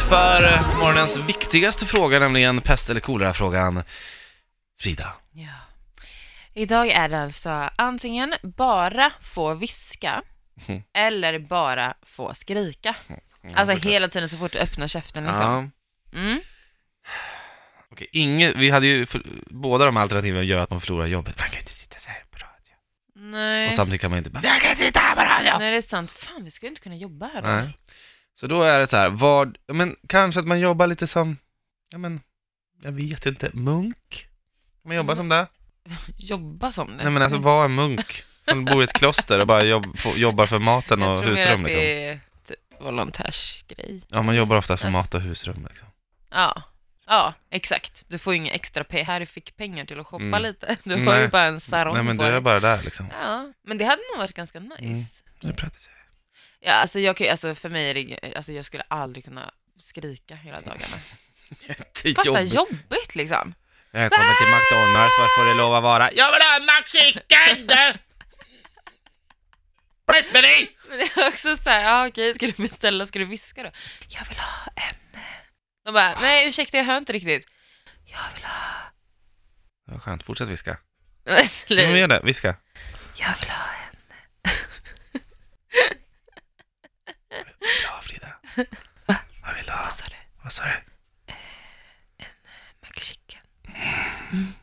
för eh, morgonens viktigaste fråga, nämligen pest eller kolera-frågan. Frida. Ja. Idag är det alltså antingen bara få viska Mm. eller bara få skrika. Alltså hela tiden så fort du öppnar käften liksom. Ja. Mm. Okej, inget, vi hade ju, för, båda de här alternativen gör att man förlorar jobbet. Man kan inte sitta så här på radio. Och Nej. samtidigt kan man inte bara, jag kan sitta här på radio! Nej, det är sant. Fan, vi skulle inte kunna jobba här då. Nej. Så då är det så här, vad, ja, men kanske att man jobbar lite som, ja men, jag vet inte, munk? Man jobbar Mm. som det? Jobba som det. Nej men alltså, vad är munk? Som bor i ett kloster och bara jobb, får- jobbar för maten Jag och tror mer husrum att liksom. det är typ volontärsgrej. Ja, man jobbar ofta för Alltså- mat och husrum liksom. Ja. Ja, exakt. Du får ju inga extra pengar. Här fick pengar till att shoppa Mm. lite. Du har Nej. ju bara en sarong Nej men på du är dig. bara där liksom. Ja, men det hade nog varit ganska nice. Mm. Nu pratar jag. Ja, alltså, jag kan, ju- alltså för mig är det, alltså, jag skulle aldrig kunna skrika hela dagarna. Det Fatta jobbigt liksom. Jag kommer till McDonalds, vad får det lov att vara? Jag vill ha en McChicken! du! Fläskmeny! Men det är också så här, ja okej, ska du beställa, ska du viska då? Jag vill ha en... eh." De bara, nej ursäkta jag hör inte riktigt. Jag vill ha... Vad skönt, fortsätt viska. Men Ja, men slut. gör det, viska. Jag vill ha en... Ja, Frida. Jag vill ha, Vad sa du? vad sa du? McChicken. Ah,